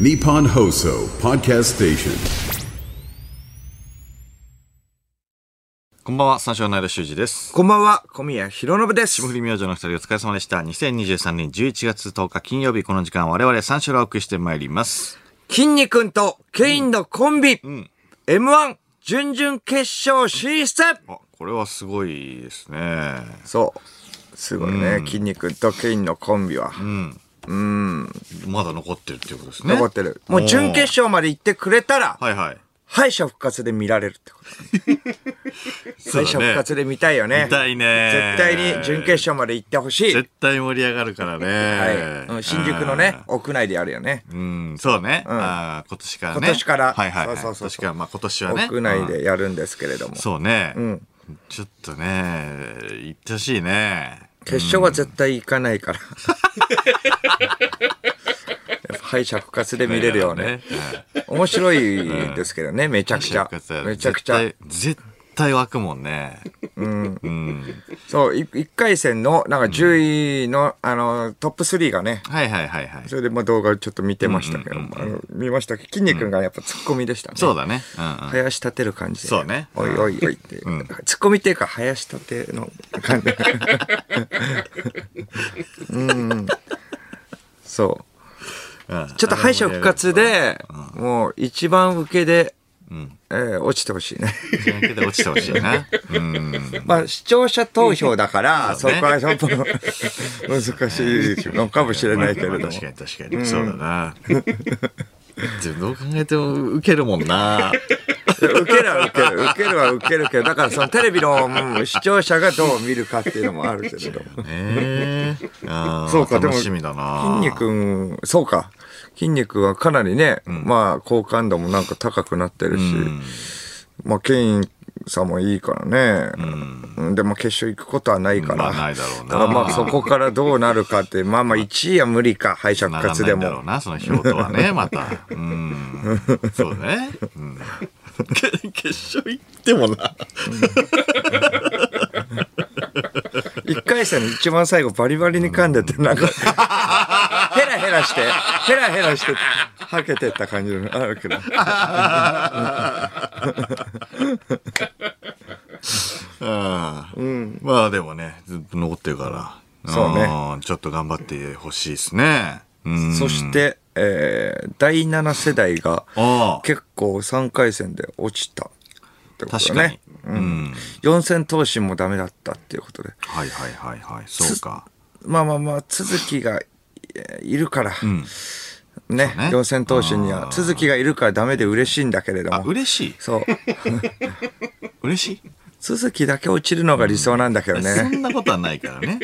Nippon Hoso Podcast Station. こんばんは、三四郎の間修二です。こんばんは、小宮浩信です。霜降り明星の二人お疲れ様でした。2023年11月10日金曜日この時間我々三四郎をお送りしてまいります。筋肉とケインのコンビ、M1 準々決勝進出あ、これはすごいですね。そう。すごいね、筋肉とケインのコンビは。まだ残ってるっていうことですね。残ってる。もう準決勝まで行ってくれたら、はいはい。敗者復活で見られるってこと。そう敗だ者ね復活で見たいよね。見たいね絶対に準決勝まで行ってほしい。絶対盛り上がるからね。はいうん。新宿のね、屋内でやるよね。うん、そうね。あー今年からね。今年からはいはいはい。そうそうそ今うそう年から、まあ今年はね。屋内うん。でやるんですけれども。そうね。ちょっとね、行ってほしいね。決勝は絶対行かないから。やっぱ敗者復活で見れるよね。だからね。面白いですけどね、めちゃくちゃ。めちゃくちゃ。絶対絶対湧くもんね。そう、い一回戦の、なんか10位の、あの、トップ3がね、はいはいはいはい そ。れでまあ動画ちょっと見てましたけど、あの見ましたけど、きんに君がやっぱツッコミでしたね。そうだね。うんうん。林立てる感じで。そうねおいおいおいって。ツッコミっていうか、林立ての感 じ。うん。そう。ちょっと敗者復活で、もう一番受けで、えー落ちてほしいね。 そのけで落ちてほしいな。うん。まあ、視聴者投票だから、そそうこねはちょっと難しいのかもしれないけれど も。確かに確かに。そうだな。でもどう考えても受けるもん な。受けるは受ける、受けるは受けるけど、だからそのテレビの、うん視聴者がどう見るかっていうのもあるけれども。ええ。あーそうか、でも、楽しみだな。筋肉、そうか。筋肉はかなりね、まあ、好感度もなんか高くなってるし、まあ、ケインさんもいいからね。うん、でも、決勝行くことはないから。まあないだろうなただまあ、そこからどうなるかって、 まあまあ、1位は無理か、敗者復なら活なでいんだろもう。な、その票とは ね、また。うん。そうね。うん。決勝行ってもな。 1回戦の一番最後、バリバリに噛んでて、なんか、 ヘラヘラして、ヘラヘラして、はけてった感じのあるけど。うん、まあでもね、ずっと残ってるから。そうねん。ちょっと頑張ってほしいですね。うん。そして、えー第7世代がああ結構3回戦で落ちたってこと確だかねに。。うん。 4戦投資もダメだったっていうことで。はいはいはいはい。そうか。まあまあまあ、続きがえーいるから、ね、ね四戦投資には、続きがいるからダメで嬉しいんだけれどあ、も。嬉しいそう。 嬉しい続きだけ落ちるのが理想なんだけどそね。んなことはないから ね。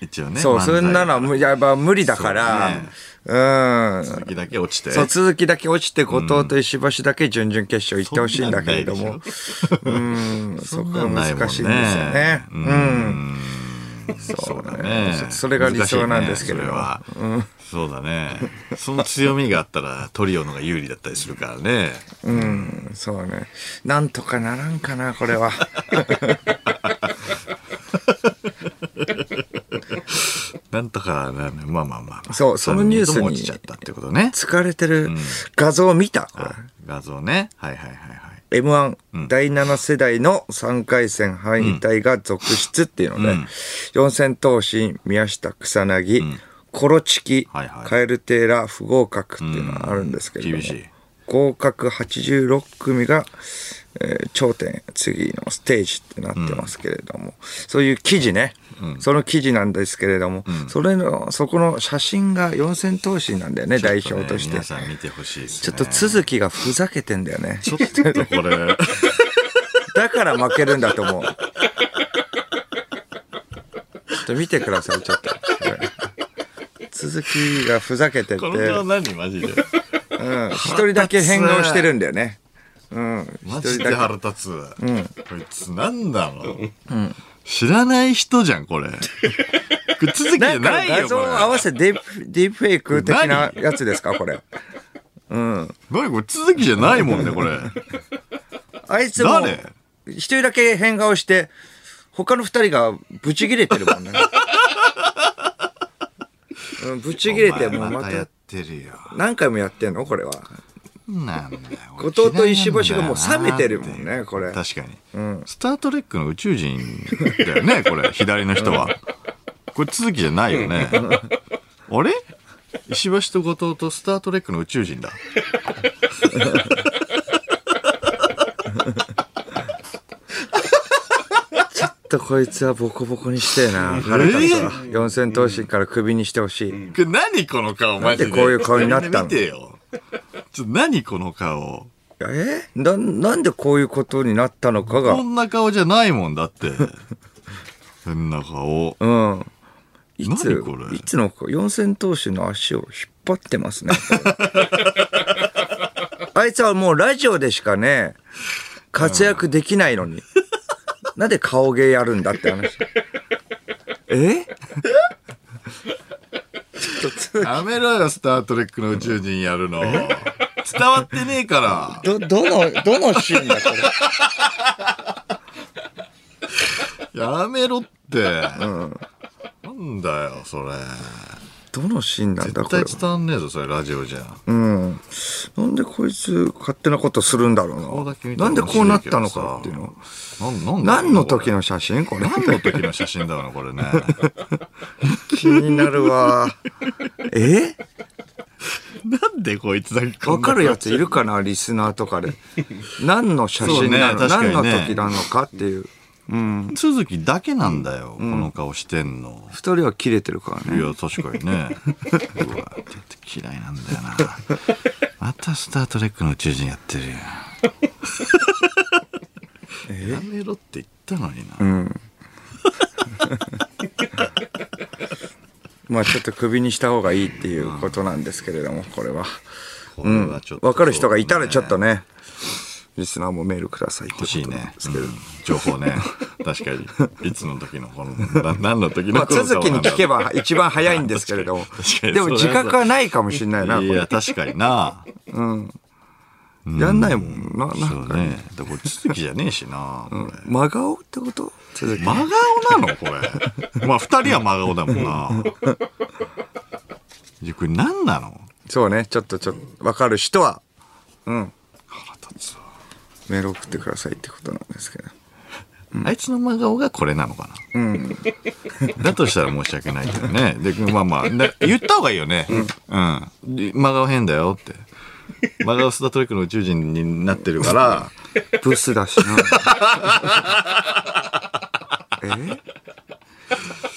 一応ね。そう、漫才そんなのはむやっぱ無理だから、うん。時だけ落ちて。そう、続きだけ落ちて、後藤と石橋だけ準々決勝行ってほしいんだけれども。うん、そこが難しいんですよね。そんうん。そそううだだねね。。そそれが理想なんですけれども。難しいねそれはそうだね。その強みがあったらトリオのが有利だったりするからね。うんそうね。なんとかならんかな、これは。なんとかなるね、まあまあまあ。そうそのニュース三に人とも落ちちゃったってことね。疲れてる画像を見た、こ画像ね。はいはいはいはい。れ M1、第7世代の3回戦敗退が続出っていうので、四千頭身、宮下草薙、コロチキ、はいはいカエルテーラ、不合格っていうのがあるんですけれども、厳しい。合格86組が、えー頂点次のステージってなってますけれども、そういう記事ね、その記事なんですけれども、それのそこの写真が四千頭身なんだよね代表として、皆さん見てほしいですちょね。っと続きがふざけてんだよねちょっとこれ、だから負けるんだと思うちょっと見てくださいちょっと続きがふざけててこの顔何マジで。うん一人だけ変顔してるんだよねうんマ一ジ人でだけ腹立つ。こいつなんだろう。知らない人じゃん、これ。これ続きじなゃんかないよ、画像こをれ。合わせディープディープフェイク的なやつですかこれ。何これ続きじゃないもんね、これ。あいつも誰一人だけ変顔して 他の二人がブチギレてるもんね。うんぶち切れてお前もうままたやったてるよ。何回もやってんのこれはなんだよ。俺 後藤と嫌いなんだよな石橋がもう冷めてるもんねこれ確かに。スタートレックの宇宙人だよね、こ れ。左の人は。これ続きじゃないよね。あれ石橋と後藤とスタートレックの宇宙人だ。ちょっとこいつはボコボコにしてえな腹立つわ四千頭身からクビにしてほしい、これ何この顔、マジで。なんでこういう顔になったのみん見てよ。ちょっと何この顔。えななんでこういうことになったのかがこんな顔じゃないもんだって。こんな顔。うん。い何つこれいつの子四千頭身の足を引っ張ってますね。 あいつはもうラジオでしかね、活躍できないのに。なんで顔芸やるんだって話。えちょっとつやめろよ、スタートレックの宇宙人やるの。伝わってねえから。ど、どの、どのシーンだこれ。やめろって。なんだよ、それ。どのシーンなんだ絶これ対。伝わんねえぞ、それラジオじゃん。うん。なんでこいつ勝手なことするんだろ顔うだけ見な。らなんでこうなったのかっていうの。。なんなんだろう何の時この写真これれ。何の時の写真だろうな、これ ね。気になるわ。 えなんでこいつだけわかるやつ。ついるかなリスナーとかで。何の写真なの、そうね確か何にねの時なのかっていう。鈴木だけなんだよ、この顔してんの。二人は切れてるからいね。や、確かにね。うわ、ちょっと嫌いなんだよな。またスタートレックの宇宙人やって るやん。やめろって言ったのにな。まあちょっと首にした方がいいっていうことなんですけれども、これは。これはちょっとわかる人がいたらちょっとね、リスナーもメールくださいって欲しいことなんねですけれども。、情報 ね確かにいつの時のこのな何の時ま あのこの続きに聞けばば一番早いんですけれど も確か。にでも自覚はないかもしれないな、こいれや。確かになやんないもん な、なそんうか。ねだからこれ続きじゃねえしなこれ真顔ってこと続き。真顔なのこれまあ二人は真顔だもん ないやこれ何なのそうね、ちょっとちょっと、わかる人は、うん。腹立つわメール送ってくださいってことなんですけど。あいつの真顔がこれなのかな、 だとしたら申し訳ないけどね。で、まあまあ、だ言った方がいいよね。うん。で真顔変だよって。真顔スタートレックの宇宙人になってるから、 ブスだしな。 え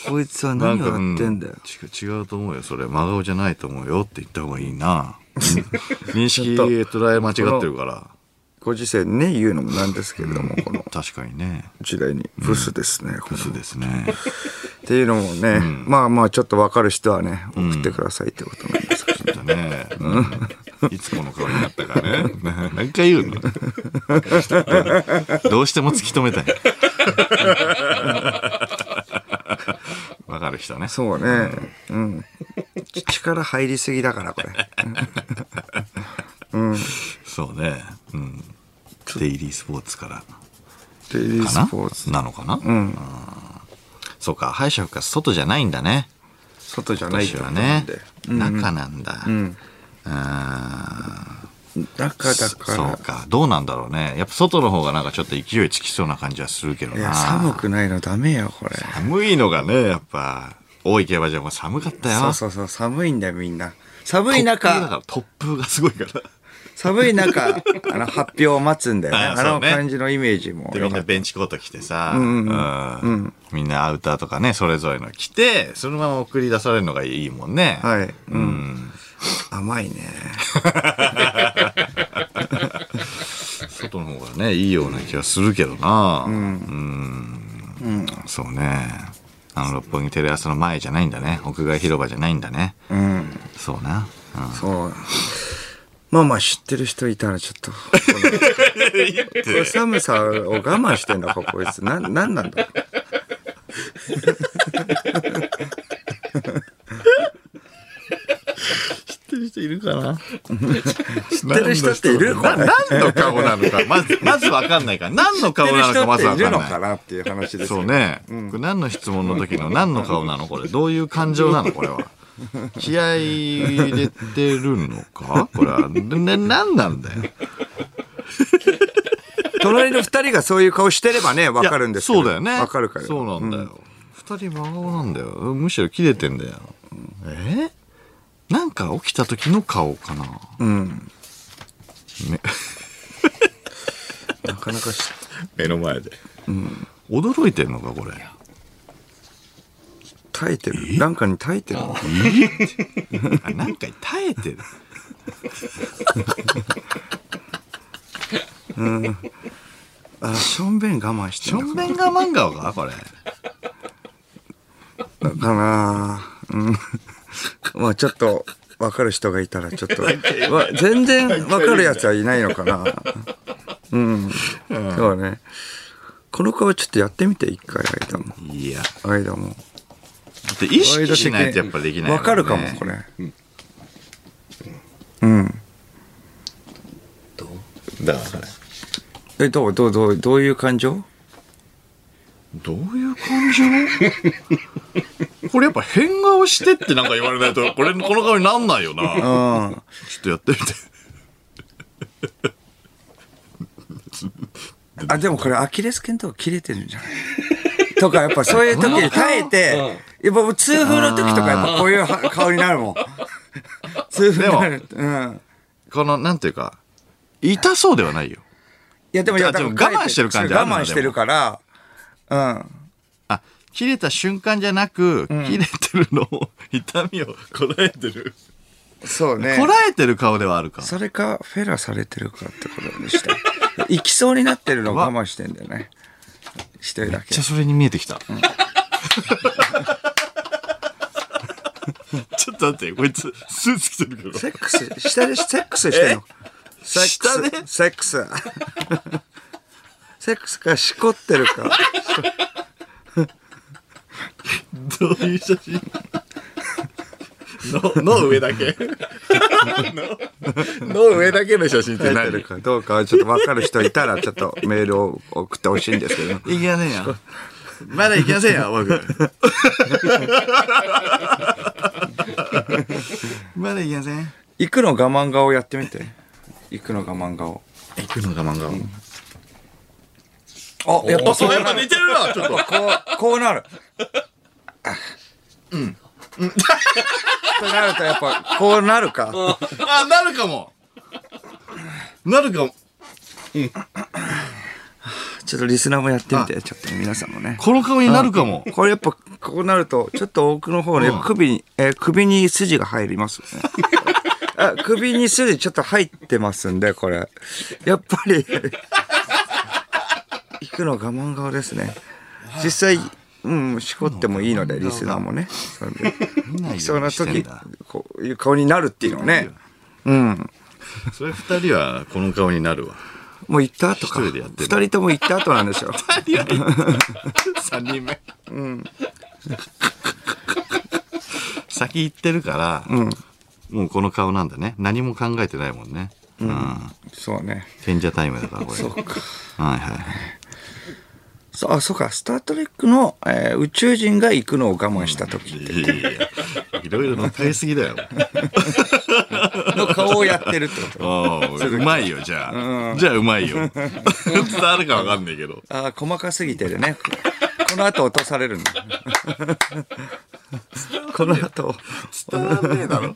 こいつはな何をやってんだよう。違う違うと思うよ。それ、真顔じゃないと思うよって言った方がいい な。認識ちょっ捉え間違ってるから。ご時世にね、言うのもなんですけれども、この確かにね。時代に。ブスですね、このそうですね。っていうのもね、まあまあ、ちょっとわかる人はね、送ってくださいってことなんですけだど。ね。いつこの顔になったかね。何回言うのどうしても突き止めたい。わかる人ね。そうね、うん。力入りすぎだから、これ。そうね。うん。デイリースポーツからデイリーかスポーツ。ななのかなうん。そうか、敗者復活外じゃないんだね。外じゃないっ私てことはなねんで。。中なんだ。うん。中だかそらう。か。どうなんだろうね。やっぱ外の方がなんかちょっと勢いつきそうな感じはするけどいや、な。寒くないのダメよ、これ。寒いのがね、やっぱ、大井競馬場も寒かったよ。そうそうそう、寒いんだよ、みんな。寒い突風だか中、ら、突風がすごいから。寒い中、あの、発表を待つんだよね。ああそうのね感じのイメージも。 で、みんなベンチコート着てさ、うんみんなアウターとかね、それぞれの着て、そのまま送り出されるのがいいもんね。はい。うん。甘いね。外の方がね、いいような気はするけどな。うん。そうね。あの、六本木テレ朝の前じゃないんだね。屋外広場じゃないんだね。うん。そうな。うんそう。まあまあ、知ってる人いたらちょっと。このこれ寒さを我慢してんだか、こいつ。な、なんなんだ知ってる人いるか な知ってる人っているな何の顔な のか、まず、まずわかんないから。何の顔なのか、まず知っわてるかん人っているのなかい。なっていう話ですそよ う。ね。これ何の質問の時の何の顔なのこれ。どういう感情なのこれは。気合い入れてるのかこれは。ね、なんなんだよ。隣の二人がそういう顔してればね、わいやかるんですけどそうだよねわかるから。そうなんだよ二、人真顔なんだよむしろ切れてんだよえなんか起きた時の顔かななかなかし目の前で、驚いてんのかこれ耐えてる。なんかに耐えてる。あなんか耐えてるあ、しょんべん我慢してちょるんべんが漫画かこれのかなうん。 まあちょっと、わかる人がいたら、ちょっ と、わ全然わかるやつはいないのかな。うん。そうね。この顔ちょっとやってみて、一回、間も。いや間も。だって意識しないとやっぱできないわかるかも、これ。だからえ、どうどうどうどういう感情どういう感情これやっぱ変顔してってなんか言われないとこれこの顔になんないよなうちょん。っとやってみてあ、でもこれアキレス腱とか切れてるんじゃない とか、やっぱそういう時に耐えて、やっぱ痛風の時とかやっぱこういうは顔になるもん。 痛風になる。うん。この、なんていうか、痛そうではないよ。いや、でもいや、あでも多分耐え我慢してる感じあるな我慢してるから、うん。あ、切れた瞬間じゃなく、切れてるのを、痛みをこらえてる。そうねこ。らえてる顔ではあるか。それか、フェラされてるかってことでした。 行きそうになってるのを我慢してんだよね。一人だけじゃ。あそれに見えてきた。 ちょっと待って、こいつ、スーツ着てるけセど。ックス、下でセックスしてんの。セックス下でセックス。 セックスか、しこってるか。どういう写真の、の上だけ。の、の上だけの写真って耐えてるかどうかはちょっと分かる人いたらちょっとメールを送ってほしいんですけどいけませんよ。まだいけませんよ、僕。まだいけません。行くの我慢顔やってみて行くの我慢顔行くのが漫画あやっぱそうやなっぱる似てるな、ちょっと。こうこうなる うんとなるとやっぱこうなるかあ、なるかも。なるかも。ちょっとリスナーもやってみてちょっと皆さんもねこの顔になるかも。これやっぱこうなるとちょっと奥の方ねうん首に、えー首に筋が入りますよ ねあ首に筋ちょっと入ってますんでこれやっぱり行くの我慢顔ですね実際うんしこってもいいのでリスナーもねそれで見ないようにそうなしてん時だこういう顔になるっていうのはねそれ二人はこの顔になるわ。もう行った後か一人でやって二んの人とも行った後なんで すよ三人目。先行ってるから、もうこの顔なんだね。何も考えてないもんね。うんそうね賢者タイムだからこれ。そうか。はいはい。そうあそうか「スター・トレックの」えー宇宙人が行くのを我慢した時いやいやいやいろいろ乗っかりすぎだよ。の顔をやってるってこと ああ、うまいよ、じゃあ。じゃあうまいよ。伝わるかわかんないけど。あー細かすぎてるね。ここの後落とされるんだ。 この後、伝わんねえだろ。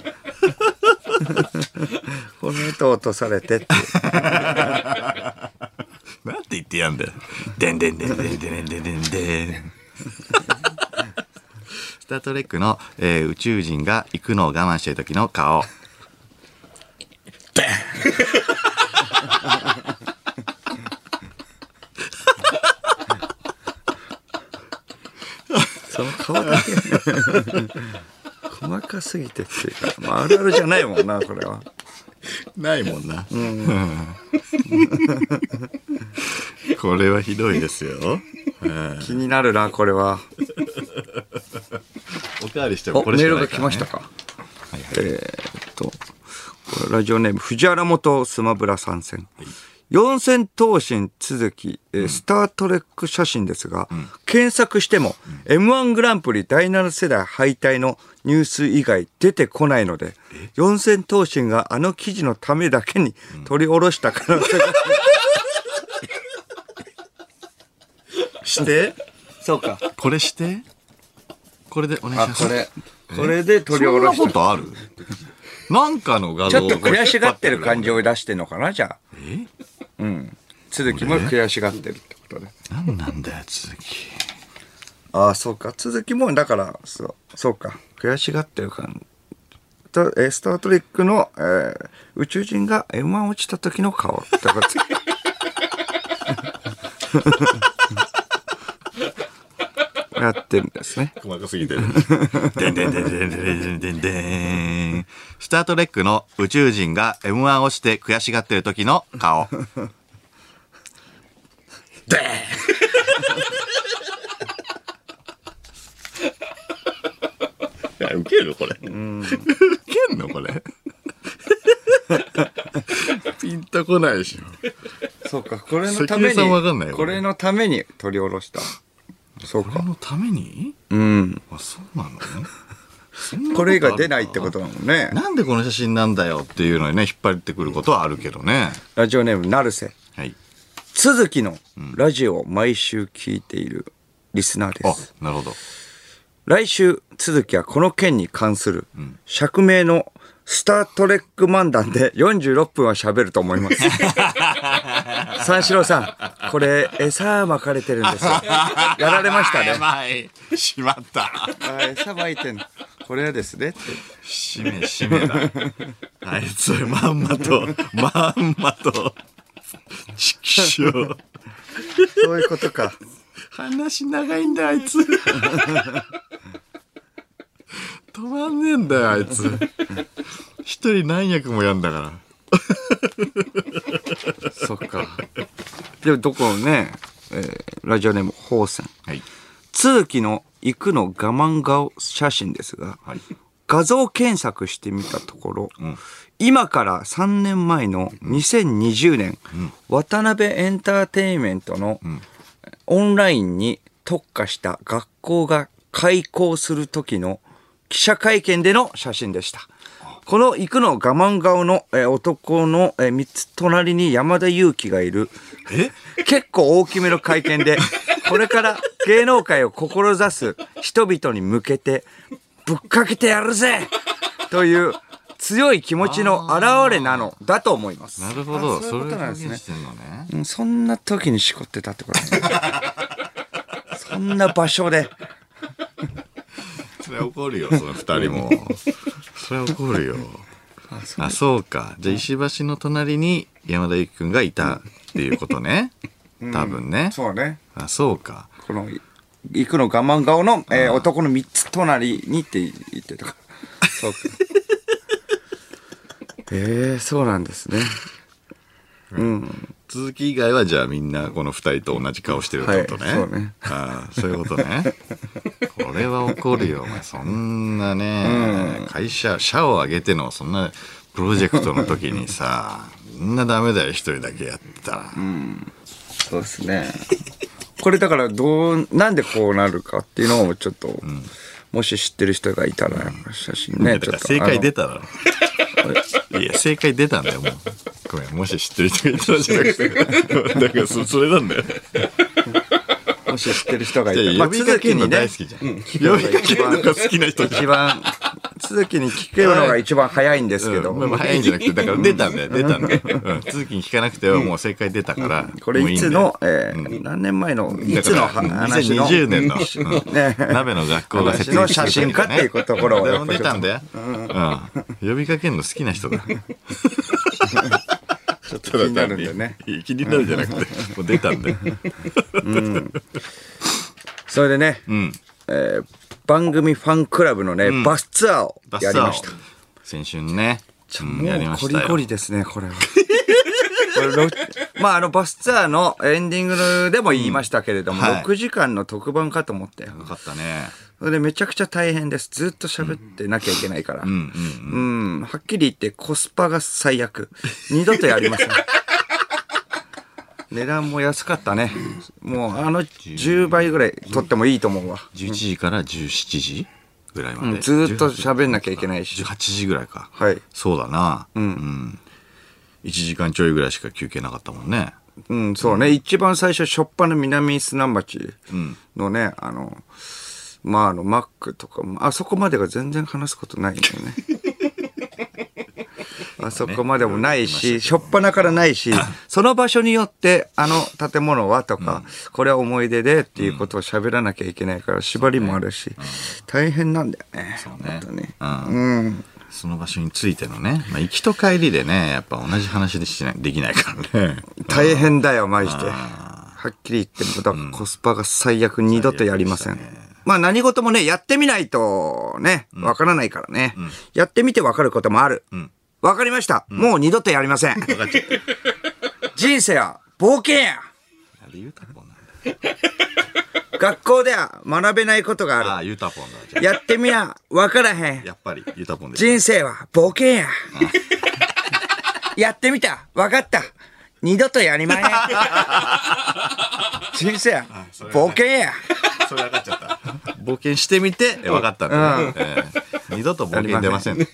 この後落とされてって。なんて言ってやんだよ。でんでんでんでんでんでんでんでん。スタートレックの、えー宇宙人が行くのを我慢してる時の顔。その顔だけ。 細かすぎてっていうか、まあ、あるあるじゃないもんな、これは。ないもんな。 これはひどいですよ。気になるな、これは。おかわりしてもお、こメれしーかルないがか来ら、ね。ましたか。えーっと、これラジオネーム、藤原元スマブラ参戦。四千頭身続き、えースタートレック写真ですが、検索しても、M1 グランプリ第7世代敗退のニュース以外出てこないので、四千頭身があの記事のためだけに取り下ろした可能性が、 してそうか。これしてこれでお願いしあ、ます。こ れ。これで取りそ下んろなしこた。とあるなんかの画ち像ょっと悔しがってる感じ。じを出してんのかな、じゃあ。え続きも悔しがってるってことね。何なんだよ、続き。ああ、そうか。続きも、だから、そう、そうか。悔しがってる感と、えースタートレックの、えー宇宙人が M1 落ちた時の顔って ことやってるんですね。細かすぎてる。でんでんでんでんでんでんでんでん。スタートレックの宇宙人が M1 落ちて悔しがってる時の顔。でんウケるこれ。ウケんのこれ。ピンとこないでしょ。そうか、これのた関め根さんわかんないに、よこれのために取り下ろした。そうかこ。のためにうん。あ、そうなのそんなとあるこれ以外出ないってことなのね。なんでこの写真なんだよっていうのにね、引っ張ってくることはあるけどね。ラジオネーム、なるせ。はい。続きのラジオを毎週聞いているリスナーであす。、なるほど。来週、続きはこの件に関する、釈明のスタートレック漫談で46分は喋ると思い ます。三四郎さん、これ、餌巻かれてるんですよ。やられましたね。ね。しまった。 あ餌巻いてんの。これはですね。ってしめしめだ。あいつ、まんまと、まんまと、ちきしょう。そういうことか。話長いんだよ、あいつ。止まんねえんだよ、あいつ。一人何役もやんだから。そっか。でも、どこのね、えーラジオネーム、ほうさん。はい。続きの行くの我慢顔写真ですが、はい。画像検索してみたところ、今から3年前の2020年、渡辺エンターテインメントのオンラインに特化した学校が開校する時の記者会見での写真でした。この行くの我慢顔のえー男のえー三つ隣に山田裕貴がいる結構大きめの会見で、これから芸能界を志す人々に向けて、ぶっかけてやるぜという強い気持ちの表れなのだと思います。なるほど。あそういうことなんですねそれを表現してんのね。うんそんな時にしこってたってこと ね。そんな場所で。それは怒るよ、その二人 も。それは怒るよ。あ、そうか。じゃあ、石橋の隣に山田ゆきくんがいたっていうことね。多分ね。そうね。あ、そうか。この、行くの我慢顔の、えー男の三つ隣にって言ってたから。そうか。 えー、そうなんですね。続き以外は、じゃあみんなこの二人と同じ顔してるってことね。はいそうねああそういうことね。これは怒るよ、お前。そんなね、会社、社を挙げての、そんなプロジェクトの時にさ、みんなダメだよ、一人だけやったら。そうですね。これだからどう、なんでこうなるかっていうのをちょっと、もし知ってる人がいたら、写真いやだね、ちかょらっと。正解出た。ただろ。いや、正解出たんだよ、もう。ごめん、もし知ってる人がいたらじゃなくて。だからそ、それなんだよ。もし知ってる人がいたいら、や、呼びかけるの大好き。きじゃん。 呼びかけるのが好きな人じゃ一ん。番、続きに聞けるのが一番早いんですけど。うんまあまあ早いんじゃなくて、だから出たんだよ、出たんだよ。うん続きに聞かなくてはもう正解出たから。これいもつの、えー何年前の、いつの話の。 2020年の、うん鍋の学校が設立した時話の写真ね家っていうこところを誰やっもぱり出ちたょっとんだよ、うん呼びかけるの好きな 人だちょっと気になるんでね。気になるじゃなくてもう出たんだよそれでね、えー番組ファンクラブのね、バスツアーをバスやりターをました。先週ね。ちょもうコリコリですね、これは。 これろまあ、あの、バスツアーのエンディングでも言いましたけれども、うんはい6時間の特番かと思って。よかったね。それでめちゃくちゃ大変です。ずっと喋ってなきゃいけないから。うん、 はっきり言ってコスパが最悪。二度とやりません。値段も安かったね。もうあの10倍ぐらい取ってもいいと思うわ。 11時から17時ぐらいまうで。んずーっと喋んなきゃいけないし。 18時ぐらいか。はいそうだな。うん。1時間ちょいぐらいしか休憩なかったもんね。うん、そうね。一番最初、初っ端の南砂町のね、あの、まあ、あの、マックとかも、あそこまでが全然話すことないんだよ ね。あそこまでもないし、初っ端からない し、その場所によって、あの建物はとか、これは思い出でっていうことを喋らなきゃいけないから、縛りもあるし、大変なんだよね。うね本当ね。その場所についてのね。まあ、行きと帰りでね、やっぱ同じ話でしない、できないからね。大変だよ、マジで。はっきり言って、だからコスパが最悪、二度とやりません。まあ何事もね、やってみないとね、わからないからね。やってみてわかることもある。わかりました。もう二度とやりません。 人生は冒険やあれ、ゆうたぽんなんだ。学校では学べないことがあああ、ゆうたぽんだ。じゃる。やってみな、わからへあん。やっぱり、ゆうたぽんで。人生は冒険や。やってみた。わかった。二度とやりま へん。人生や。冒険や。それ分かっちゃった。冒険してみて、え分かったんだね、ええ二度と冒険出ません。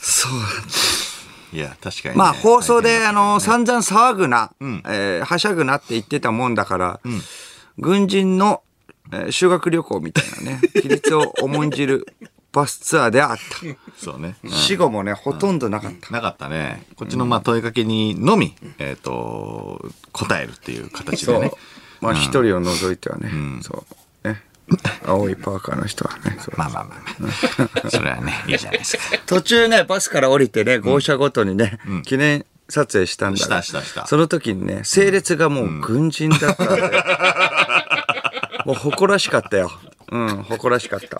そういや、確かにね、まあ放送大で、変だあの、散々騒ぐな、えーはしゃぐなって言ってたもんだから、軍人の、えー修学旅行みたいなね、規律を重んじる バスツアーであっそうね。た。死後もね、ほとんどなかった。なかったね。こっちのまあ問いかけにのみ、えっ、と、答えるっていう形そでうね。。まあ一人を除いてはね、そう。ね。青いパーカーの人はね、そうまあまあまあまあ。それはね、いいじゃないですか。途中ね、バスから降りてね、号車ごとにね、記念撮影したんだがしたしたしたその時にね、整列がもう軍人だったんで、もう誇らしかったよ。うん、誇らしかった。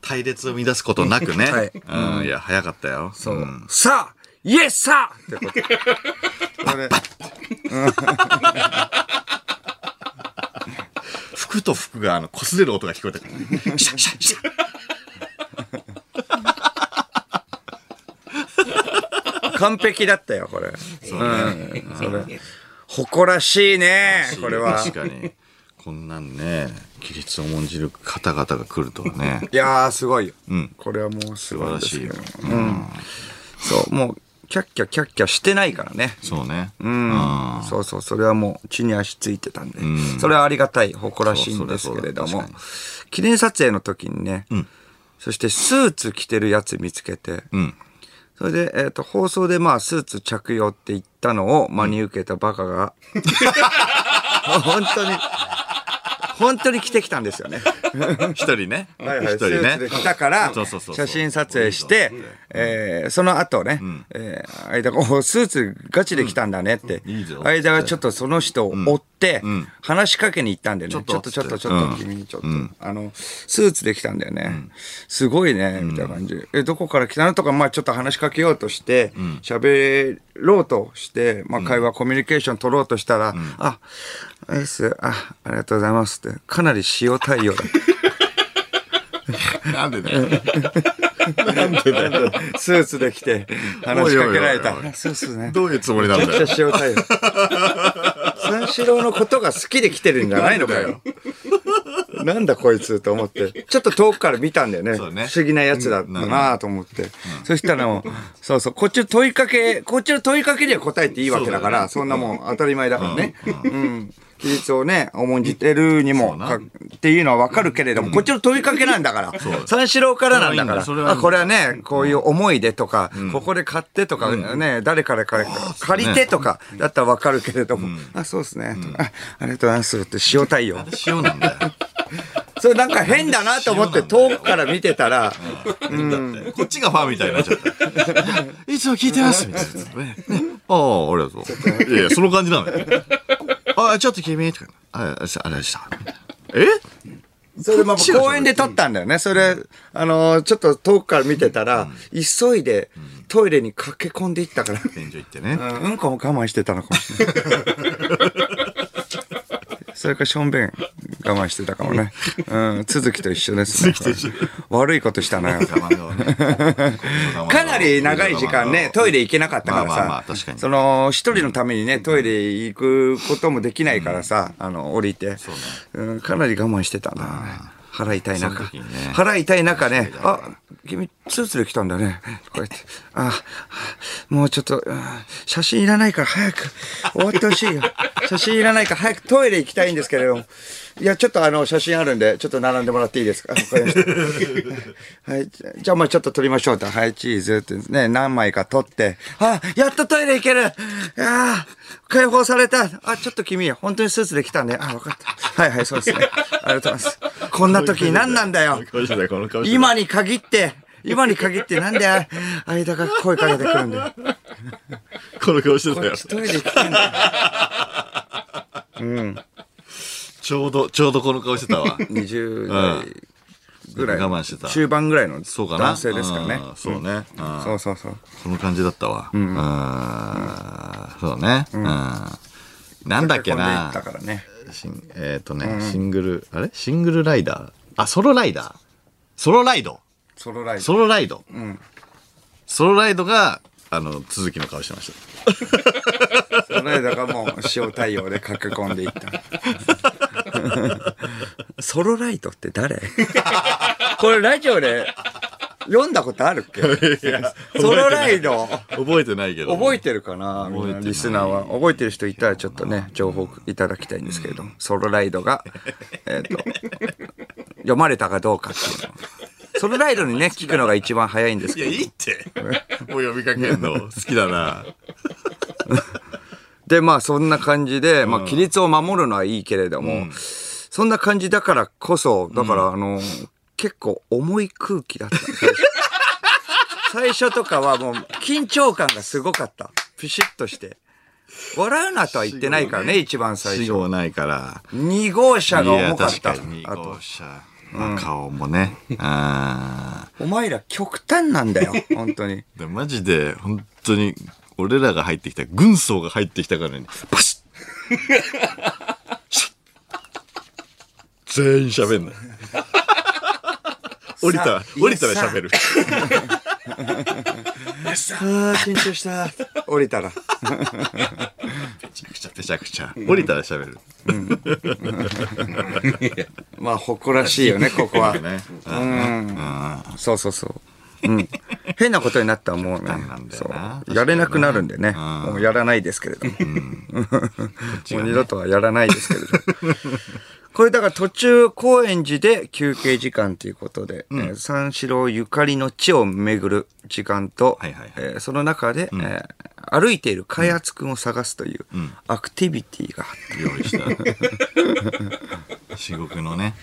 隊列を乱すことなくね。はいうん、いや、早かったよ。そうさあイエスさあってこと。これ服と服があの擦れる音が聞こえたからね。シャッシャッシャッ。完璧だったよ、これ。うん、それ。誇らしいね、 これは。確かに。こんなんね、規律を重んじる方々が来るとはね。いやー、すごいよ。これはもうす素晴ごいらですしいけよど。。そう、もう、キャッキャキャッキャしてないからね。そうね。うん、そうそう、それはもう地に足ついてたんで、それはありがたい、誇らしいんですけれどそうもそうだそうだ確か、記念撮影の時にね、そしてスーツ着てるやつ見つけて、それで、えっ、と、放送でまあ、スーツ着用って言ったのを真に受けたバカが、 本当に、本当に着てきたんですよね。一人ね。一、はいはい、ス人ーねツで。来たかそらうそうそうそう写真撮影して、えーその後ね、えー間がおスーツガチで来たんだねって、んいいぞ間がちょっとその人を追って、話しかけに行ったんだよねちちょょっっととちょっとちょっと君にちょっと、あのスーツで来たんだよね、すごいねみたいな感じで、えどこから来たのとかまあちょっと話しかけようとして喋、ろうとして、まあ、会話、コミュニケーション取ろうとしたら、あアイスあありがとうございますってかなり塩対応だったなんでね。 スーツで来て話しかけおいおられいおいおた。そうですね。どういうつもりなんめだ ちゃよく。ちゃ塩対応。三四郎のことが好きで来てるんじゃないのかよ。なんだこいつと思って。ちょっと遠くから見たんだよね。そうね不思議なやつだったなと思って。そしたらもう、そうそう、こっちの問いかけ、こっちの問いかけには答えていいわけだから、そんなもん当たり前だからね。うん。規律をね、重んじてるにもか、そうっていうのはわかるけれども、こっちの問いかけなんだから、三四郎からなんだから、それはいいんだそれはいいんあだこれはね、こういう思い出とか、ここで買ってとか、ね、誰からか借りてとか、だったらわかるけれども、あ、そうですね、とかあ、ありがとうございますって塩対応。塩なんだよ。それなんか変だなと思って遠くから見てただら、ってこっちがファンみたいになっちゃった。いつも聞いてますみたいな。ねねああ、ありがとう。いやいや、その感じなのよ。あ、ちょっと君とか。あ、ああれでした。えそれまあ公園で撮ったんだよね。それ、あのー、ちょっと遠くから見てたら、急いでトイレに駆け込んでいったから。天井行ってね。 うん、うんこも我慢してたのかもしれない。それからションベン我慢してたかもね。うん、続きと一緒ですね。悪いことしたな。かなり長い時間ね、トイレ行けなかったからまあまあまあさ確か、にその、一人のためにね、トイレ行くこともできないからさ、あの、降りて。うんかなり我慢してたな。腹痛いそ中の時にね。腹痛い中ね、あ、君、スーツで来たんだね。こうやって。あ、もうちょっと、うん写真いらないから早く、終わって ほしいよ。写真いらないから早くトイレ行きたいんですけれども。いや、ちょっとあの、写真あるんで、ちょっと並んでもらっていいですか。あわかりました。はい。じゃあ、まあちょっと撮りましょうと。はい、チーズってね、何枚か撮って。あ、やっとトイレ行けるああ、解放された。あ、ちょっと君、本当にスーツで来たね。あ、わかった。はいはい、そうですね。ありがとうございます。こんな時に何なんだよ。今に限って、今に限ってなんであ間が声かけてくるんだよ。この顔してたよトイレ行きたいんだよ。ちょうどちょうどこの顔してたわ20代ぐらい。我慢してた中盤ぐらいのそうかな男性ですからねう。んそうねうんそうそうそう。この感じだったわうんそうねうんなんだっけなだからね。シンえっとねシングルあれシングルライダーあソロライダーソロライドソロライソブ。ロライド。ソロライドが、あの、続きの顔してましソロライドがもう塩対応で駆け込んで いった。ソロライトって 誰これラジオで読んだことあるっけソロライド。た。覚えてないけど。覚えててるかなみんえてなないリスナーは。覚えてる人いたらちょっとね、情報いただきたいんですけれども、ソロライドが、えっ、と、読まれたかどうかって いうの。ソロライドにね、聞くのが一番早いんですいけや、どい。い って。もう呼びかけるの。好きだな。で、まあそんな感じで、まあ規律を守るのはいいけれども、そんな感じだからこそ、だからあの、結構重い空気だった。 最初最初とかはもう緊張感がすごかった。ピシッとして。笑うなとは言ってないからね、一番最死初。後ないから。 2号車いが重や、かっ確た。かに。あことうしたまあ顔も ね。あお前ら極端なん だよ、本当に。ーでマジで、本当に、俺らが入ってきた、軍曹が入ってきたからに、パシッシュッ全員喋んない。降りたらさ、あ降りたら喋る。あー緊張した。降りたら。めちゃくちゃめちゃくちゃ降りたら喋る、まあ、誇らしいよね、ここは。ねそうそうそう。うん、変なことになったらもうねなんだそよなうやれなくなるんでね、もうやらないですけれども、もう二度とはやらないですけれども これだから途中高円寺で休憩時間ということで、えー三四郎ゆかりの地を巡る時間と、はいはいはいえーその中で、えー歩いている開発くんを探すというアクティビティがあった用意した至極のね、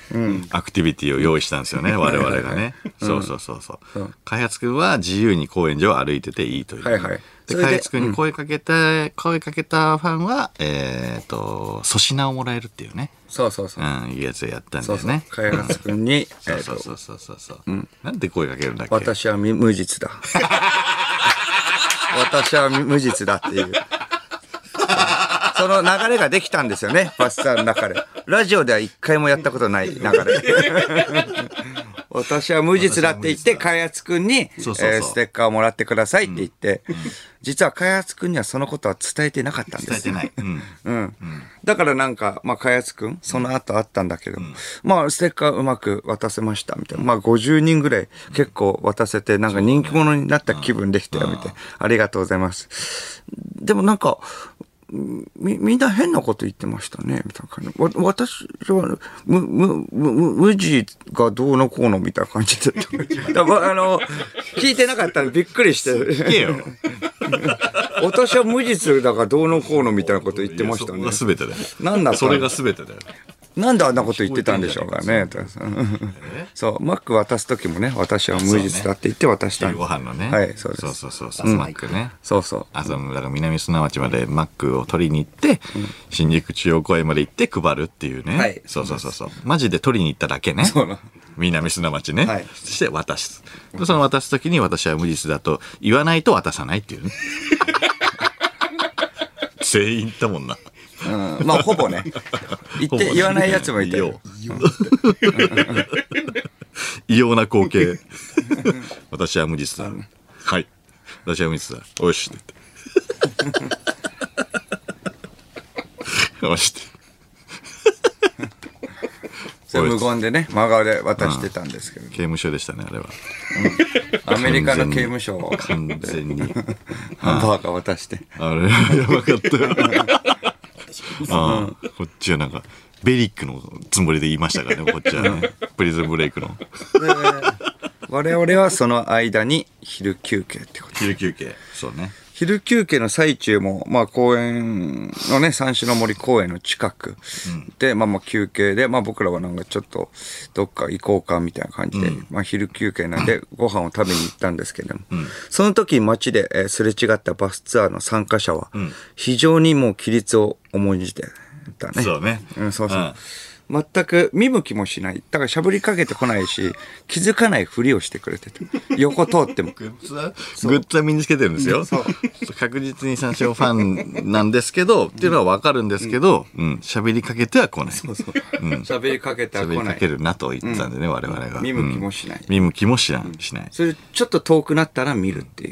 アクティビティを用意したんですよね我々がね、そうそうそうそう、開発君は自由に高円寺を歩いてていいという、はいはいでそれで開発君に声かけた、声かけたファンはえっ、と粗品をもらえるっていうねそうそうそうう、んいうやつをやったんそですうそうね開発くんに、えそうーそとうそうそうそうそう、なんで声かけるんだっけ私は無無 実だ。私は無実だっていう。 その流れができたんですよね、バスさんの中で。ラジオでは一回もやったことない流れ。 私は無実だって言って、開発くんに、えそうそうそうーステッカーをもらってくださいって言って、実は開発くんにはそのことは伝えてなかったんです。伝えてない、うんうん。だからなんか、まあ、かやつくん、その後あったんだけど、まあ、ステッカーうまく渡せました、みたいな。まあ、50人ぐらい結構渡せて、なんか人気者になった気分できたよ、みたいな。ありがとうございます。でもなんか、み、みんな変なこと言ってましたね、みたいな感じ。わ、私は、む、む、む、む無地がどうのこうのみたいな感じで。 だからあの、聞いてなかったのびっくりして。聞けよ私は無実だからどうのこうのみたいなこと言ってましたいねや。そこが全てだよなんだったそれが全てだよなんであんなこと言ってたんでしょうかね、とそう、マック渡す時もね、私は無実だって言って渡したん昼ですご飯のねはい、そうです。そうそうそうそうマックねそうそう。あそのだから南砂町までマックを取りに行って、新宿中央公園まで行って配るっていうね、はいそうそうそうそうマジで取りに行っただけねそうなの南砂町ね、はいそして渡すでその渡す時に私は無実だと言 わないと渡さないっていうね全員行ったもんなうんうんまあ、ほ ぼね。言って、言わないやつもいたよ。異様な光景。私は無実だ。はい。私は無実だ。おいしいって言って。おいしいって。それ無言でね、真顔で渡してたんですけど、刑務所でしたね、あれは。アメリカの刑務所を完全に。ハンバーガー渡して。あれ、やばかったよ。ああこっちはなんか、ベリックのつもりで言いましたからね、こっちは ね。プリズンブレイクの。我々はその間に昼休憩ってこと。昼休憩。そうね。昼休憩の最中も、まあ公園のね、三種の森公園の近くで、まあまあ休憩で、まあ僕らはなんかちょっとどっか行こうかみたいな感じで、まあ昼休憩なんでご飯を食べに行ったんですけれども、その時街で、えーすれ違ったバスツアーの参加者は、非常にもう規律を重んじてたね。そうねん、そうそう。全く見向きもしない。だからしゃぶりかけてこないし、気づかないふりをしてくれてた。横通っても。グッズは、グッズは身につけてるんですよ。確実に三四郎ファンなんですけど、っていうのはわかるんですけど、うん、喋りかけては来ない。喋りかけては喋来りなかいけ。るなと言ってたんでね、我々が。見向きもしないうん見向きもしない。しない。それちょっと遠くなったら見るっていう。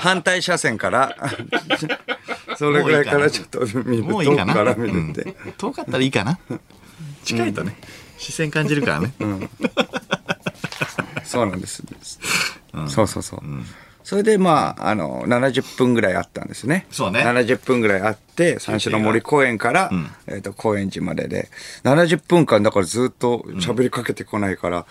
反対車 線から、それぐらいからちょっと見る。もういいかな。遠くから見るって。うん遠かったらいいかな。近いとね、視線感じるからね。そうなんです。そうそうそう。それでまあ、あの、70分ぐらいあったんですね。そうね70分ぐらいあって、三種の森公園から、えっ、と、高円寺までで、70分間だからずっと喋りかけてこないから、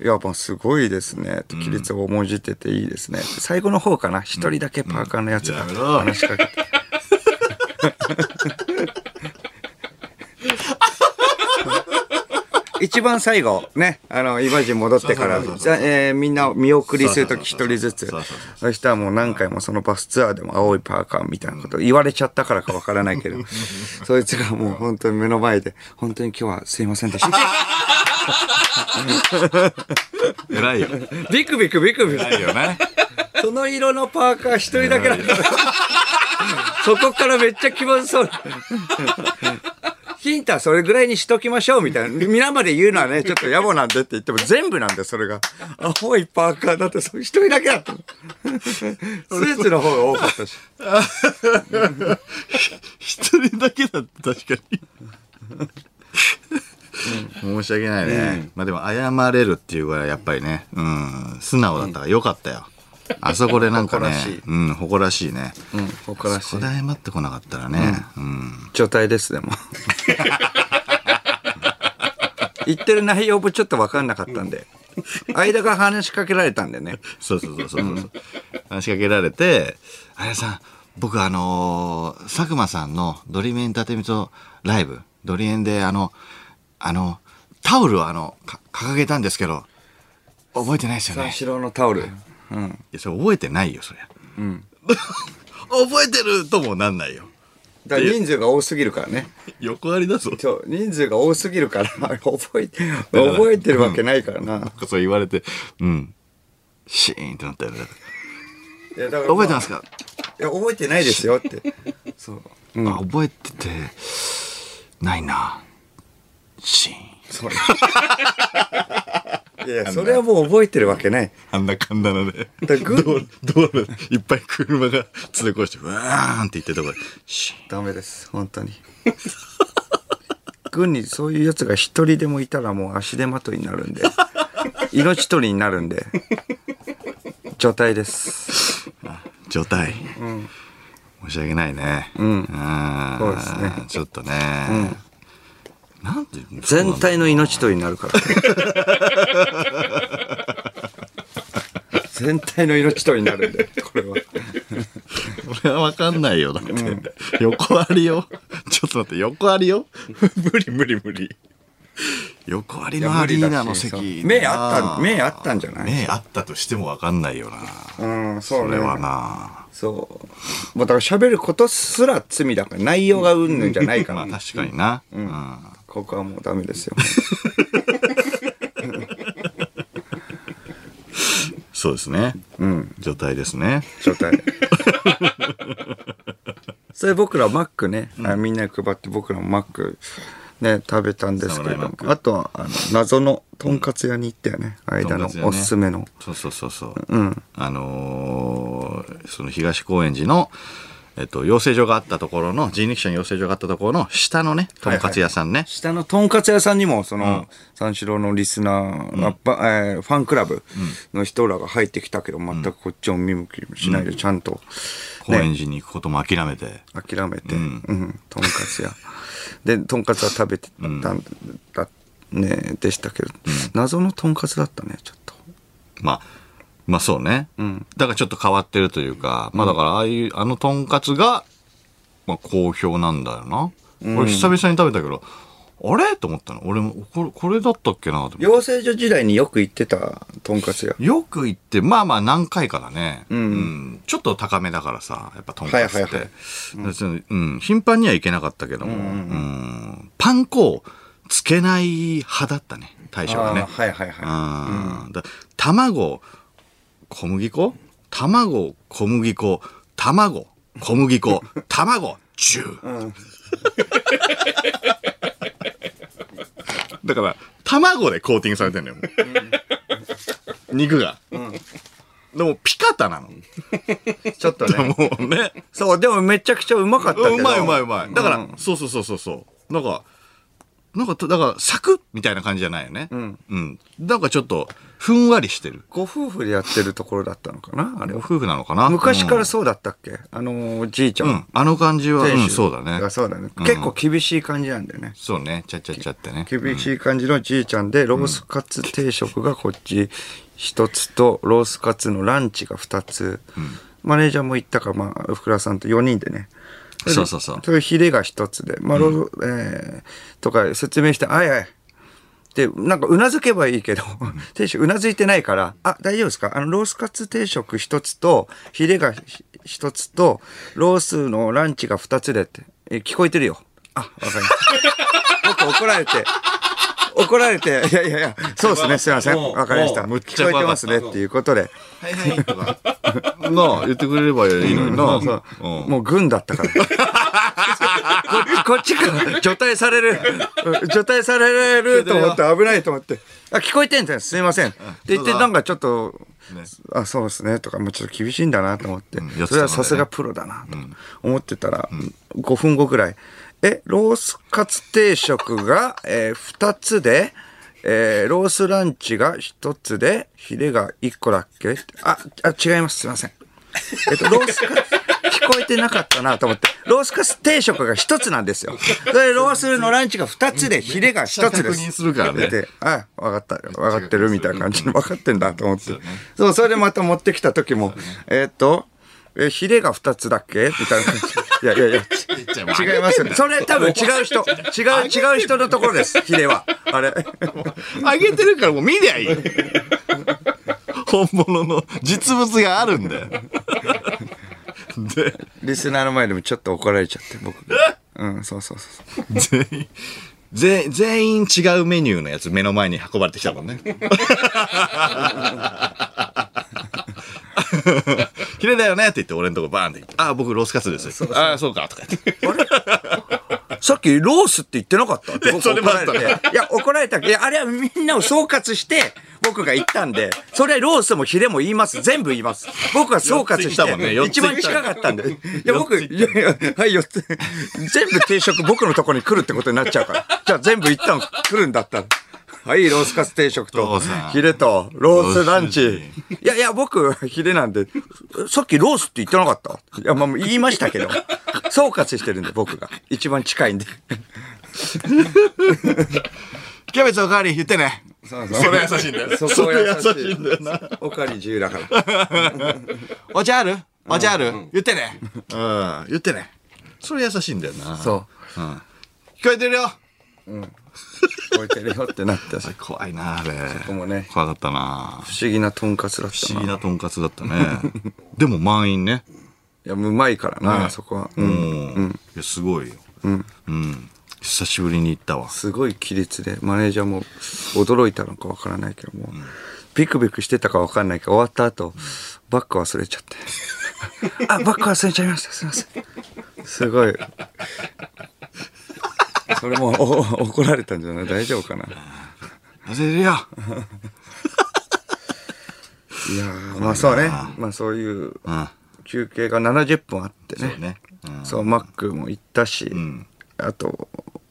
いや、もうすごいですね。と規律を重んじてていいですね。最後の方かな、一人だけパーカーのやつうがんやめろ話しかけて。一番最後、ね、あの、イマジン戻ってから、そうそうそうそうじゃえーみんな見送りするとき一そうそうそうそう人ずつそうそうそう、そしたらもう何回もそのバスツアーでも青いパーカーみたいなこと言われちゃったからかわからない けど、そいつがもう本当に目の前で、本当に今日はすいません でした。偉いよ。ビクビクビクビク。偉いよね。その色のパーカー一人だけだった。そこからめっちゃ気まずそう。ヒントはそれぐらいにしときましょうみたいな。皆まで言うのはね、ちょっと野暮なんでって言っても全部なんだよ、それが。青いパーカーだって、それ一人だけだった。スーツの方が多かったし。一人だけだった確かに申し訳ないね、まあでも謝れるっていうぐらいやっぱりね、うん、素直だったからよかったよ、あそこでなんかね誇らしいうん、誇らしいね、うん、誇らしそいこで。謝ってこなかったらね、うん状態です、でも。言ってる内容もちょっと分かんなかったん で。間が話しかけられたんでね。そうそうそうそうそう、話しかけられて「あやさん僕あのー佐久間さんのドリームエンターテインメントライブドリエンであのあのタオルをあのか掲げたんですけど覚えてないですよね三」四郎のタオル。いや、それ覚えてないよ、そりゃ。 覚えてるともなんないよ。だから人数が多すぎるからね。横ありだぞ。そう、人数が多すぎるから、 覚えて、覚えてるわけないからな。そう言われて、うん。シーンってなったよね。いやだから覚えてますか、いや、覚えてないですよ って。そう。うん。あ覚えてて、ないな。シーン。それ。いや、それはもう覚えてるわけない。あんなかんだなで。だか道らグ路、道路、いっぱい車が連れ越して、うわーんって言ってるところで、シーン。ダメです、本 当に。軍にそういうやつが一人でもいたらもう足手まといにな るんで、命取りになるんで、除隊です。状態、申し訳ないねうんそうですねちょっとね、なんて全体の命取りになるから。 全体の命取りになるんで、これは。俺は分かんないよだって、横ありよちょっと待って横ありよ 無理無理無理横ありのアリーナのそう席目あった、目あったんじゃない目あったとしても分かんないよなうん、そうこれね。はなそう。もうだから喋ることすら罪だから、内容がうんぬんじゃない かまあら、確かにな、うんここはもうダメですよ。そうですね、状態ですね状態。 それ僕らマックね、あみんなに配って僕らもマックね、食べたんですけれど侍マもッ、クあとは、あの、謎のとんかつ屋に行ったよね、間とんかのつ屋ねおすすめの。そうそうそうそう。あのーその東高円寺の、えっと、養成所があったところの、人力車の養成所があったところの下のね、とんかつ屋さんね。下のとんかつ屋さんにも、その、三四郎のリスナーが、ばえーファンクラブの人らが入ってきたけど、全くこっちを見向きもしないで、ちゃんと高円寺に行くことも諦めて。諦めて、うん、とんかつ屋。で、とんかつは食べてたんだ、ね、でしたけど、謎のとんかつだったね、ちょっと。まあ、まあそうね。だからちょっと変わってるというか、まあだからああいう、あのとんかつが、まあ好評なんだよな。俺久々に食べたけど、あれと思ったの。俺も、これ、これだったっけなと思って養成所時代によく行ってたとんかつ屋。よく行って、まあまあ何回かだね。うん。ちょっと高めだからさ、やっぱとんかつって。はいはいはい別にうん。頻繁には行けなかったけども、うんパン粉をつけない派だったね、大将がね。あーはいはいはいうんだ卵、小麦粉卵、小麦粉、卵、小麦粉、卵、ジュー。だから、卵でコーティングされてんのよ。もう肉が。でも、ピカタなの。ちょっとね。もうね。 そう、でもめちゃくちゃうまかったけど。うまいうまいうい。まい。だから、そうそうそうそうそう。なんか、なんかと、だから、サクッみたいな感じじゃないよね。うん。なんかちょっと、ふんわりしてる。ご夫婦でやってるところだったのかなあれごは。夫婦なのかな昔からそそうだったっけあの、おじいちゃ。うん。うんんあの感じは、う店ん、主そうだねが。そうだね。結構厳しい感じなんだよね。そうね。ちゃっちゃっちゃってね。厳しい感じのじいちゃんで、ロースカツ定食がこっち一つと、ロースカツのランチが二つ。マネージャーも行ったか、まあ、福田さんと4人でね。れでそうそうそうそれヒレが一つで、まあ、ローえーとか説明して、あいあい。で、なんかうなずけばいいけど、定食うなずいてないから、あ、大丈夫ですかあの、ロースカツ定食一つと、ヒレがひ一つと、ロースのランチが二つでって、え聞こえてるよ。あ、わかりました。僕怒られて、怒られて、いやいやいや、そうですね、すいません。わかりました。むっちゃ聞こえてますねっていうことで。はいはい。とか。 なあ、言ってくれればいいのにそな。うそううんもう軍 だったから。ここっちから除隊される、除隊されると思って危ないと思って、あ、聞こえてんじゃん、すいません。って言って、そうだなんかちょっとね、あ、そうですね、とか、もうちょっと厳しいんだなと思ってん四つとかね、それはさすがプロだな、と思ってたら、5分後ぐらい、え、ロースカツ定食が、え2つで、えーロースランチが1つで、ヒレが1個だっけあ、あ、違います、すいません。えっと、ロースカツ、聞こえてなかったなと思って、ロースカツ定食が一つなんですよ。それ、ロースのランチが二つで、ヒレが一つです。めっちゃ確認するからねで、あ、分かった、分かってるみたいな感じで、分かってんだと思って。そう、それでまた持ってきた時も、えっと、え、ヒレが二つだっけみたいな感じで。いやいやいや、違いますよね。それ多分違う人、違う、違う人のところです、ヒレは。あ れ。あげてるからもう見りゃいい。 本物の実物があるんだよ。で、リスナーの前でもちょっと怒られちゃって、僕。うん、そうそうそう。全員、全全員違うメニューのやつ目の前に運ばれてきたもんね。綺麗だよねって言って俺のとこバーンって行ってああ、僕ロースカツです。ああ、そうか、とか言って。さっきロースって言ってなかったって僕それ怒もらあっれたて。いや、怒られたけど、いやあれはみんなを総括して、僕が言ったんで、それはロースもヒレも言います。全部言います。僕は総括四つ言っしたもんねて、四つ一言った番近かったんで。いや、僕、四ついやいや、はい、四つ。全部定食僕のとこに来るってことになっちゃうから。じゃあ全部言ったの来るんだったら。はい、ロースカツ定食父とさん、ヒレと、ロースランローチ。いやいや、僕、ヒレなんで、さっきロースって言ってなかったいや、まあ、言いましたけど、総括してるんで、僕が。一番近いんで。キャベツおかわり言ってね。そうそれ優しいんだよね。そそこれ優優しいしいんだよな。おかわり自由だから。お茶あるお茶ある、言ってね。うん、言ってね。それ優しいんだよな。そう。聞こえてるよ超えてるよってなって、さ怖いな、あれ。こもね怖かったな。不思議なとんかつだっ不た思な。議いなとんかつだったね。でも満員ね。や、うまいからな、ねそこは。ううんん。いや、すごいよ。うん。久しぶりに行ったわ。すごい規律で、マネージャーも驚いたのかわからないけども、ビクビクしてたかわかんないけど、終わ った後、バッグ忘れちゃって。あ、バッグ忘れちゃいました。すいません。すごい。 それもお怒られたんじゃない大丈夫かな。忘れるよ。いやーまあそうね。まあそういううん。休憩が70分あってそうね。ね。うんそう、マックも行ったし、あと、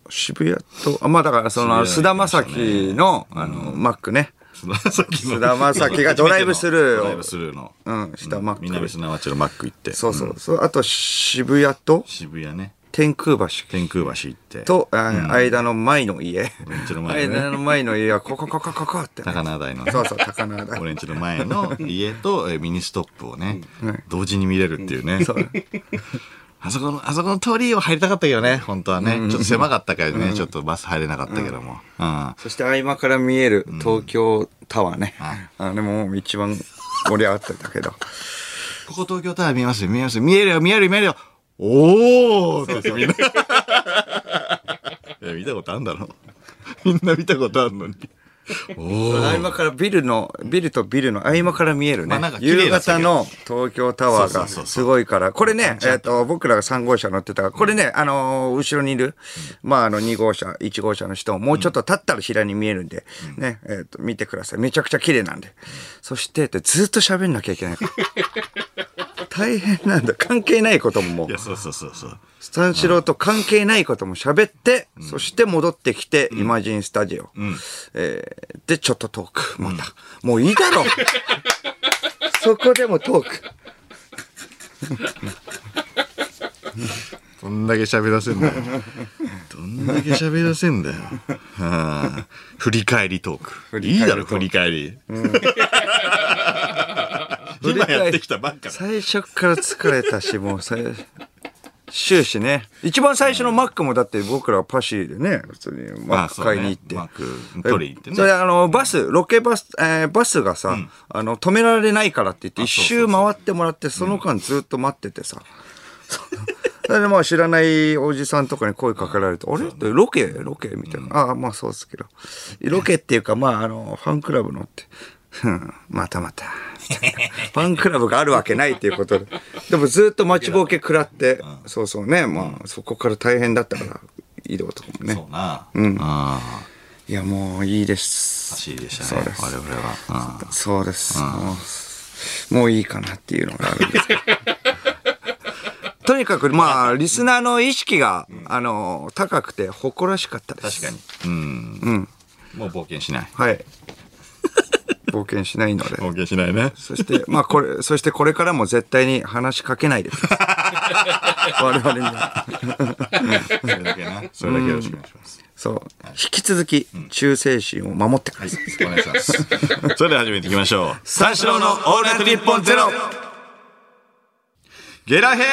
渋谷と、あ、まあだからその、渋菅谷行き田ました将ね暉の、あの、マックね。菅田将暉の菅田将暉がドライブスルーをドライブスルーの。うん、したマック。南砂町のマック行って。そうそう。そうあと、渋谷と、渋谷ね。天空橋天空橋行って。と、あ間の前の家。俺んちの前のね 間の前の家は、ここ、ここ、ここってね。高輪台のね。そうそう、高輪台。俺んちの前 の家とえーミニストップをね、同時に見れるっていうね。 あそこの、あそこの通りを入りたかったけどね、本当はね。ちょっと狭かったからね、ちょっとバス入れなかったけども。うん。そして合間から見える東京タワーね。あれもう一番盛り上がってたけど。ここ東京タワー見えますよ、見えますよ、見えるよ、見えるよ、見えるよ。おーって言ってみんな。 いや、見たことあんだろ。みんな見たことあんのに。合間からビルの、ビルとビルの合間から見えるまねあなんか。綺麗夕だった方けどの東京タワーがすごいから。これね、えっと、僕らが3号車乗ってたから、これね、あのー、後ろにいる、まああの2号車、1号車の人ももうちょっと立ったら左に見えるんで、ね、えっと、見てください。めちゃくちゃ綺麗なんで。そして、ってずっと喋んなきゃい けないから。大変なんだ。関係ないことももういや、。そうそうそうそう。三四郎と関係ないことも喋って、そして戻ってきて、イマジンスタジオ。えーで、ちょっとトーク、また。もういいだ ろそこでもトーク。どんだけ喋らせんだよ。どんだけ喋らせんだよ。はあ、振り返りトーク。いいり返りトークだろ、振り返り。今やってきたばっかだ。最初から疲れたし、もうさ、終始ね。一番最初のマックもだって僕らはパシーでね、普通にマまあックそうね買いに行って。マック取りに行ってねそれあの、バス、ロケバス、えーバスがさ、あの、止められないからって言って、一周回ってもらって、その間ずっと待っててさ。それでまあ知らないおじさんとかに声かけられて、あれってロケロケみたいな。ああ、まあそうですけど。ロケっていうか、まああの、ファンクラブのって。うんまたまた。 ファンクラブがあるわけないっていうことで。でもずっと待ちぼうけ食らって、そうそうね、まあそこから大変だったから、移動とかもねそ。うな。うん。ああ、いやもういいです。走りでしたそうねで。我す。々は。うんそうです。もうもういいかなっていうのがある んですけどとにかく、まあ、リスナーの意識が、あの、高くて誇らしかったです。確かに。うん。もう冒険しない。はい。冒険しないので。 冒険しないね。そして、まあ、これ、そしてこれからも絶対に話しかけないでくだ さい。我々には。それだけな。それだけよろしくお願いします。そう。引き続き、忠誠心を守ってください。お願いします。それでは始めていきましょう。三四郎のオールナイト日本ゼロゲラヘ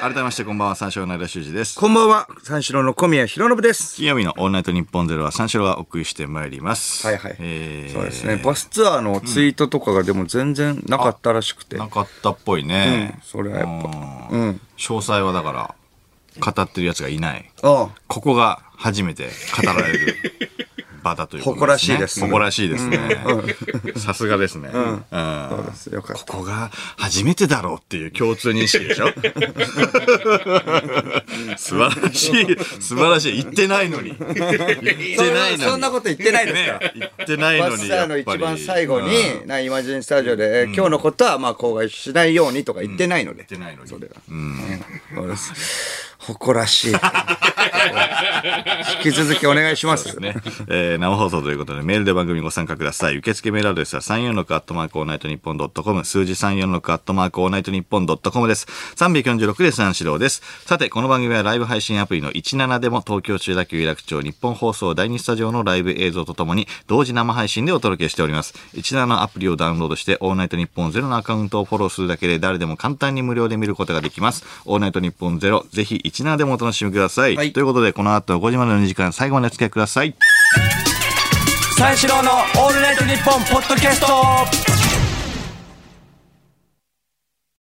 ー改めましてこんばんは、三四郎の間修二です。こんばんは、三四郎の小宮浩信です。金曜日のオールナイト日本ゼロは三四郎がお送りしてまいります。はいはい。えー、そうですね。バスツアーのツイートとかがでも全然なかったらしくて。なかったっぽいね。うんそれはやっぱ。うん。詳細はだから、語ってるやつがいない。ああここが初めて語られる 場だということ誇らしいです誇らしいですね。 さすがですね。うんそうです。よかった。ここが初めてだろうっていう共通認識でしょ 素晴らしい、素晴らしい。言ってないのに。言ってないのに。そんなこと言ってないですから。ね言ってないバのスにタやーっぱのり。一番最後に、なイマジンスタジオで、えー今日のことはまあ口外しないようにとか言ってないので。言ってないのにそれはそうです誇 らしい。引き続きお願いします。ね。 えー生放送ということで、メールで番組にご参加ください。受付メールアドレスは346アットマークオールナイトニッポンドットコム、数字346アットマークオールナイトニッポンドットコムです。346で三四郎です。さて、この番組はライブ配信アプリの17でも東京中田区有楽町日本放送第2スタジオのライブ映像とともに、同時生配信でお届けしております。17のアプリをダウンロードして、オールナイトニッポンゼロのアカウントをフォローするだけで誰でも簡単に無料で見ることができます。オールナイトニッポンゼロ、ぜひ17でもお楽しみください。はいということで、この後5時までの2時間、最後までお付き合いください。三四郎のオールナイトニッポンポッドキャスト